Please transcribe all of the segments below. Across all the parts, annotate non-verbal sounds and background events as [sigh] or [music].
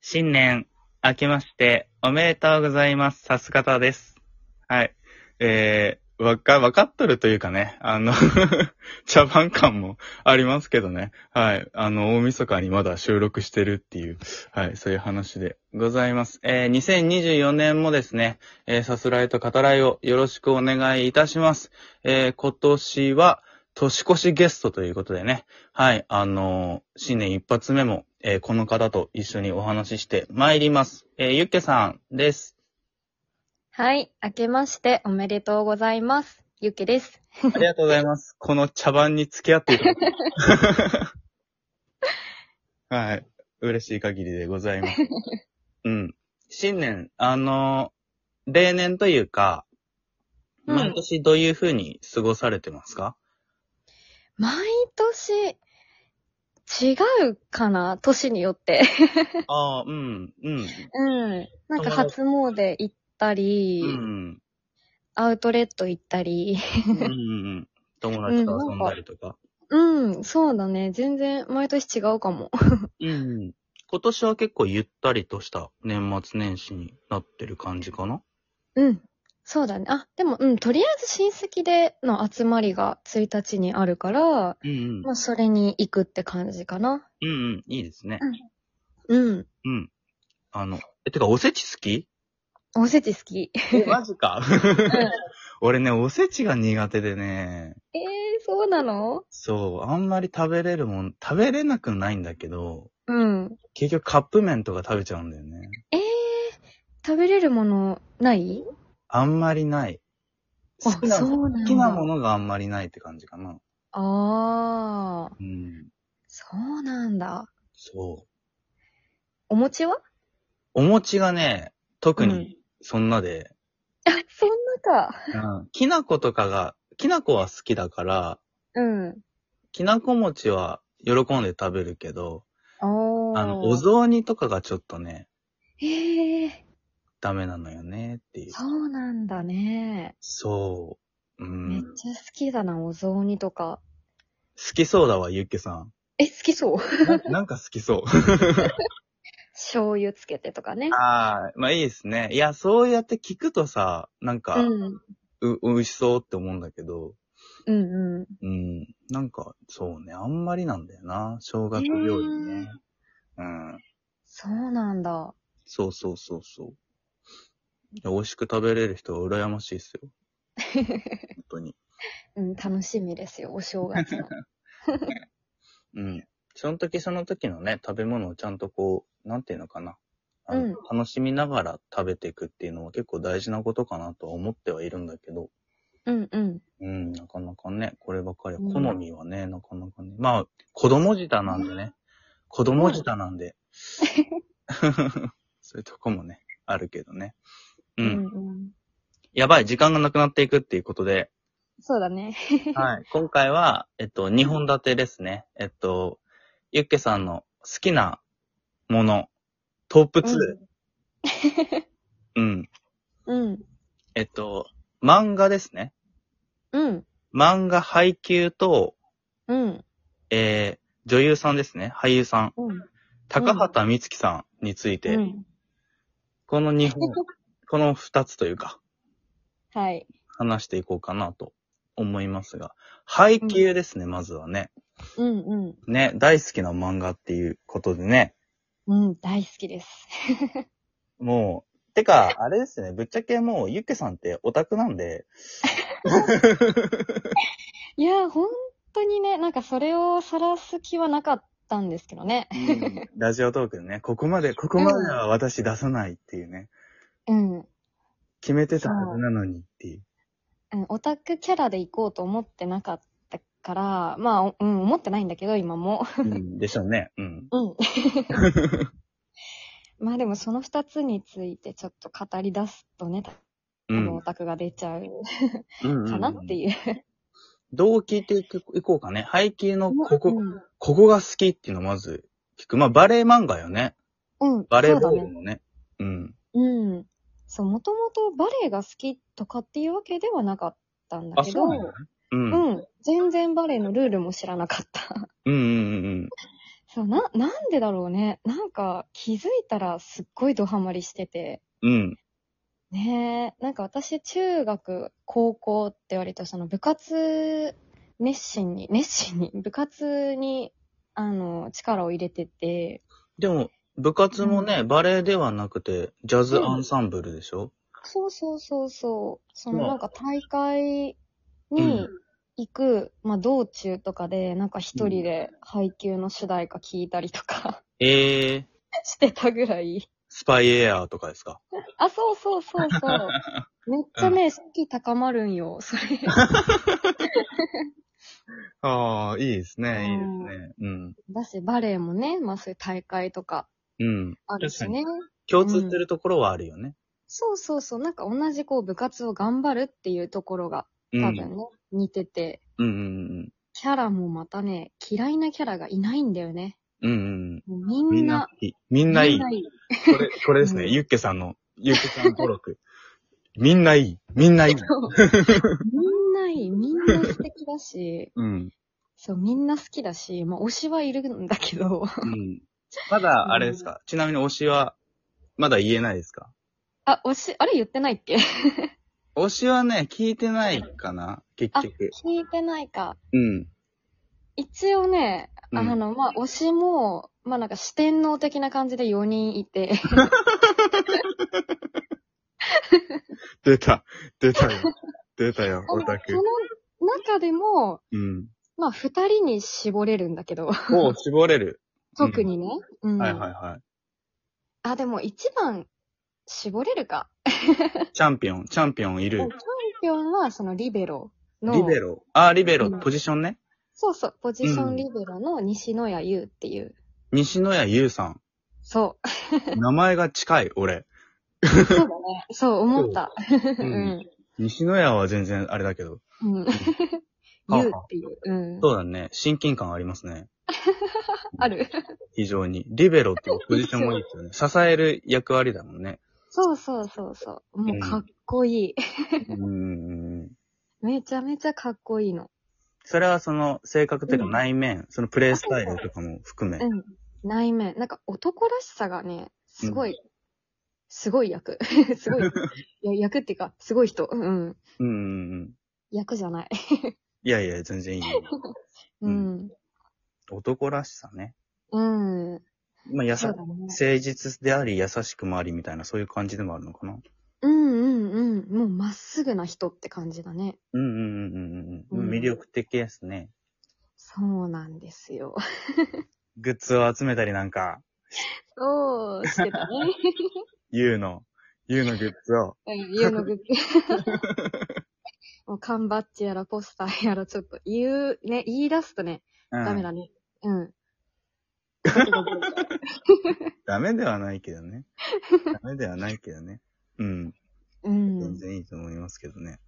新年、明けまして、おめでとうございます。さすがたです。はい。えー、わか、わかっとるというかね、あの、 [laughs] 茶番感もありますけどね。はい。あの、大晦日にまだ収録してるっていう、はい、そういう話でございます。えー、2024年もですね、えー、さすらいと語らいをよろしくお願いいたします。えー、今年は、年越しゲストということでね。はい。あのー新年一発目も、えーこの方と一緒にお話しして参ります。えーゆっけさんです。 [laughs] はい。明けましておめでとうございます。ゆきです。ありがとうございます。この茶番に付き合っていただい [laughs] てはい。嬉しい限りでござい [laughs] ます。うん。新年、あのー例年というか、うん毎年どういうふうに過ごされてますか、毎年、違うかな年によって。ああ、うん、うん。うん。 [laughs] なんか初詣行った [laughs] り、うん。アウトレット行ったり。うんうん。友達と遊んだりとか。うん、そうだね。全然毎年違うかも。うん。今年は結構ゆったりとした年末年始になってる感じかなうん。そうだね。あ、でも、うん、とりあえず親戚での集まりが1日にあるから、うんうん。まあ、それに行くって感じかな。うんうん。いいですね。うん。うん。あの、え、てか、おせち好きおせち好き。え、マジ [laughs] か。うん、 [laughs] え俺ね、おせちが苦手でね、ー、そうなのそう、あんまり食べれるもん、食べれなくないんだけど、うん。結局カップ麺とか食べちゃうんだよね。ええ食べれるものないあんまりない。好きなそうなんだ好きなものがあんまりないって感じかな。ああ、うん。そうなんだ。そう。お [laughs] 餅はお餅がね、特うにんそんなで、あ、そんなか。うん、きな粉とかが、きな粉は好きだから、うん。きなこ餅は喜んで食べるけど、おー。あの、お雑煮とかがちょっとね、ええダメなのよねっていう。そうなんだね。そう。うめっん。好ちゃ好きだな、お雑煮とか。きそうだわ、ゆっけさん。え、好 [laughs] きそう。ななんか好きそう。醤油つけてとかね。 [laughs] ああ、まあいいですね。いや、そうやって聞くとさ、なんか、うん。う、美味しそうって思うんだけど、うんうん。うん。なんか、そうね、あんまりなんだよな。正月料理ね。うん。そうなんだ。そうそうそうそう。いや美味しく食べれる人は羨ましいです [laughs] よ。本当に。うん、楽しみですよ、お正 [laughs] 月の。うん。その時その時のね、食べ物をちゃんとこう、なんていうのかな。あのうん楽しみながら食べていくっていうのは結構大事なことかなとは思ってはいるんだけど、うんうん。うん、なかなかね、こればっかりは、うん好みはね、なかなかね。まあ、子供舌なんでね。子供舌なん [laughs] で。そういうとこもね、あるけどね。う。うんんうん。やばい、時間がなくなっていくっていうことで、そうだね。はい。今回は、えっと、2本立てですね。えっと、ゆっけさんの好きなもの、トップ2。うん、うん。えっと、漫画ですね。うん。漫画配給と、うん。えー、女優さんですね。俳優さん。うん。高畑美月さんについて、うん、この2本、この2つというか、はい。話していこうかなと思いますが、配給ですね、まずはね。うんうん。ね、大好きな漫画っていうことでね。うん、大好きです。もう、てか、あれですね、ぶっちゃけもう、ゆっけさんってオタクなんで、 [laughs] いやー、本当にね、なんかそれを晒す気はなかったんですけどね。ラジオトークでね、ここまで、ここまでは私出さないっていうね、うん。決めてたはずなのにっていう。うんオタクキャラで行こうと思ってなかったから、まあ、おうん、思ってないんだけど、今も。うん、でしょうね。うん。うん。 [laughs] まあでもその二つについてちょっと語り出すとね、う多ん分オタクが出ちゃううんうん。かなってう。いう。どう聞いていくいこうかね。背景のここ、うん、ここが好きっていうのをまず聞く。まあ、バレエ漫画よね。うん、バレエボそーうだルね。のね。うん。うん。そう、もともとバレエが好きとかっていうわけではなかったんだあ、けそうど、なんだね。うん。うんうん。全然バレエのルールも知らなかった。 [laughs] うんうんうん。そう、な、なんでだろうね。なんか、気づいたらすっごいドハマりしてて。うん。ねえ、なんか私、中学、高校って割とその部活、熱心に、熱心に、部活に、あの、力を入れてて、でも、部活もね、バレエではなくて、ジャズアンサンブルでしょ、そうそうそうそう、そまのあなんか大会うんに行く、まあ道中とかで、なんか一人で配給の主題歌聞いたりとか [laughs] ええー、してたぐらい。スパイエアーとかですかあ、そうそうそう [laughs] そう。めっちゃね、士気高まるんよ、それ。ああ、いいですね、いいうんですね。うん。だし、バレエもね、まあそういう大会とかうん。あるしね。共通するところはあるよね。そうそうそう。なんか同じこう部活を頑張るっていうところがうん。多分ね、似てて、うんうんキャラもまたね、嫌いなキャラがいないんだよね。うん。うんもうみうん。みんんなな、、いい。みんないい。みんいこれ、これですね。うんユッケさんの、ユッケさん語録。みんないい。みんないい。そうみんないい、みんな素敵だし、うん。そう、みんな好きだし、まあ推しはいるんだけど、うん。まだ、あれですか、ちなみに推しは、まだ言えないですかあ、推し、あれ言ってないっけ推しはね、聞いてないかな結あ局。聞いてないか。うん。一応ね、うんあの、まあ、推しも、まあ、なんか四天王的な感じで4人いて、出た。出たよ。出たよ、オタそク。の中でも、うん。まあ、二人に絞れるんだけど、もう絞れる。特にね。うん。はいはいはあ、でも一番絞れるか。い。チャンピオン、チャンピオンいチャるン。ピオンは、そのリベロの、リベロ。あー、リベロ、うんポジションね。そうそう、ポジショうんンリベロの西野谷優っていう。西野谷優さん。そ名前が近い、俺。[laughs] う。そうだね。そう、思った。うん。西野谷は全然あれだけど。 [laughs] うん。はあ優っていう。うん。そうだね。親近感ありますね。ある。非常に。リベロっていうポジションもいい [laughs] ですよね。支える役割だもんね。そうそうそうそう。もうかっこいい。うん。めちゃめちゃかっこいいの。それはその性格というかうん内面、そのプレイスタイルとかも含め。うん。内面。なんか男らしさがね、すごい、すごい役。 [laughs] すごい。いや役っていうか、すごい人。うん。うんうんうん。役じゃない。いやいや、全然いいよ。ううん。男らしさね。うん。まあ、やそさう、だね。誠実であり、優しくもありみたいな、そういう感じでもあるのかな。うんうんうん。もうまっすぐな人って感じだね。うんうんうんうんうん。うん魅力的ですね。そうなんですよ。グッズを集めたりなんか、そうして [laughs] たね。ユウの、ユウのグッズを。うん家のグッズ。 [laughs] もう缶バッジやらポスターやらちょっと言う、ね、言い出すとね、うんダメだね。 [laughs] うん。ダメではないけど [laughs] ね。ダメではないけどね。うん。う全ん。然いいと思いますけどね。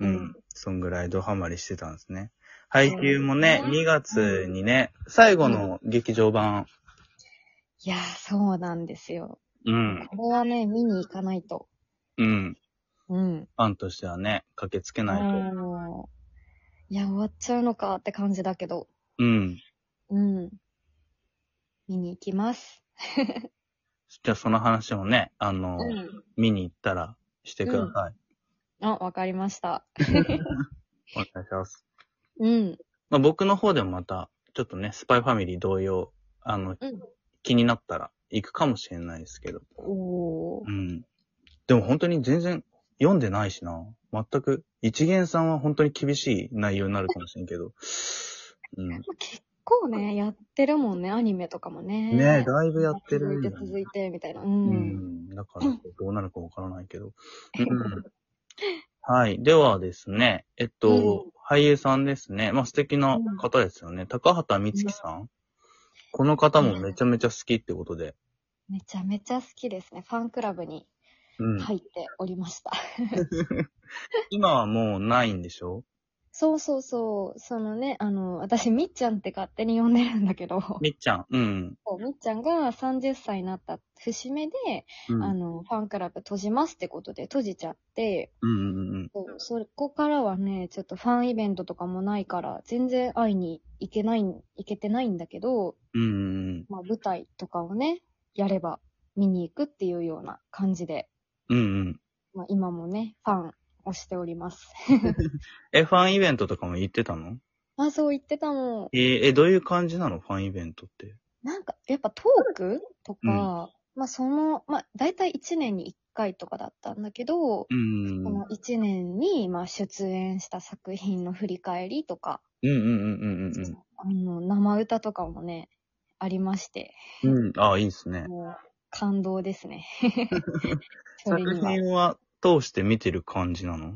う。うんんそんぐらいドハマりしてたんですね。配給もね、そうですね2月にね、最後の劇場版。いやー、そうなんですよ。うん。これはね、見に行かないと。うん。うん。ファンとしてはね、駆けつけないと。もういや、終わっちゃうのかって感じだけど。うん。うん。見に行きます。じゃあその話もね、あの、うん。見に行ったらしてください。あ、わかりました。お願いします。うん。まあ、僕の方でもまた、ちょっとね、スパイファミリー同様、あの、うん気になったら行くかもしれないですけど。おーう。ん。でも本当に全然読んでないしな。全く。一元さんは本当に厳しい内容になるかもしれんけど。うん。結構ね、やってるもんね、アニメとかもね。ねえ、だいぶやってる続んいだてよね続いて、みたいな。う。うんん。だから、どうなるかわからないけど。うん。はい。ではですね、えっと、俳優さんですね。まあ、素敵な方ですよね。高畑充希さん。この方もめちゃめちゃ好きってことで。めちゃめちゃ好きですね。ファンクラブにうん。入っておりました。今はもうないんでしょそうそうそう、そのね、あの、私、みっちゃんって勝手に呼んでるんだけど、みっちゃん。うん。そうみっちゃんが30歳になった節目で、うん。うあんの、ファンクラブ閉じますってことで閉じちゃって、うんうん。そうそこからはね、ちょっとファンイベントとかもないから、全然会いに行けない、行けてないんだけど、うんうんまあ、舞台とかをね、やれば見に行くっていうような感じで、うん。うんうん。まあ、今もね、ファンをしております。 [laughs] え、ファンイベントとかも行ってたのあ、そう言ってたもん。えーえ、どういう感じなのファンイベントって。なんか、やっぱトークとか、まあその、まあ大体1年に1回とかだったんだけうん。ど、こうんの1年に、まあ出演した作品の振り返りとか、うんうんうんうんあの、生歌とかもね、ありまして、うん。うん。ああ、いいですね。もう感動で [laughs] すね。それ作には。う品は通して見てる感じなのーん、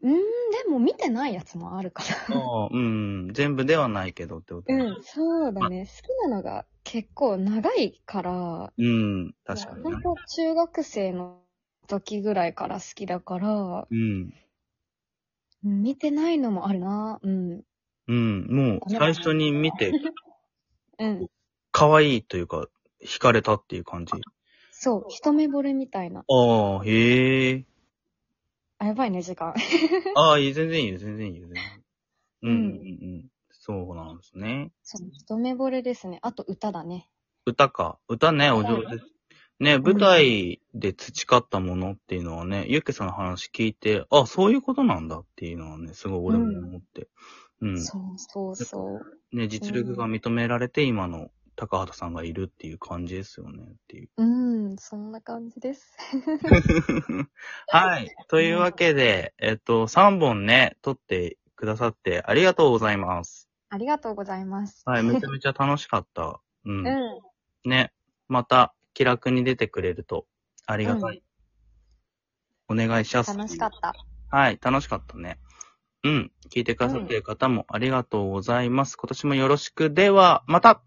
でも見てないやつもあるかああ、うん。全部ではないけどってことら。ねうん、そうだね。好きなのが結構長いから、うん。確かにね本。当中学生の時ぐらいから好きだから、うん。うん見てないのもあるな。うん。うん。もう、最初に見て、うん。可愛いというか、惹かれたっていう感じ。そう、一目惚れみたいな。ああ、へえ。あ、やばいね、時間。 [laughs] ああ、いい、全然いいよ、全然いいよ、全然いいよ。うん、うんうん、うん。そうなんですね。そう、一目惚れですね。あと歌だね。歌か。歌ね、お上手です。ね、舞台で培ったものっていうのはね、ゆっけさんの話聞いて、あ、そういうことなんだっていうのはね、すごい俺も思って。うん。そうそうそう。ね、実力が認められて、今の高畑さんがいるっていう感じですよね、って [laughs] いう。うん、そんな感じです。はい。というわけで、えっと、3本ね、撮ってくださってありがとうございます。ありがとうございます。はい、めちゃめちゃ楽しかった。うん。 [laughs] うん。ね、また気楽に出てくれるとありがたい。お願いします。楽しかった。はい、楽しかったね。うん。聞いてくださっている方もありがとうございます。今年もよろしく。では、また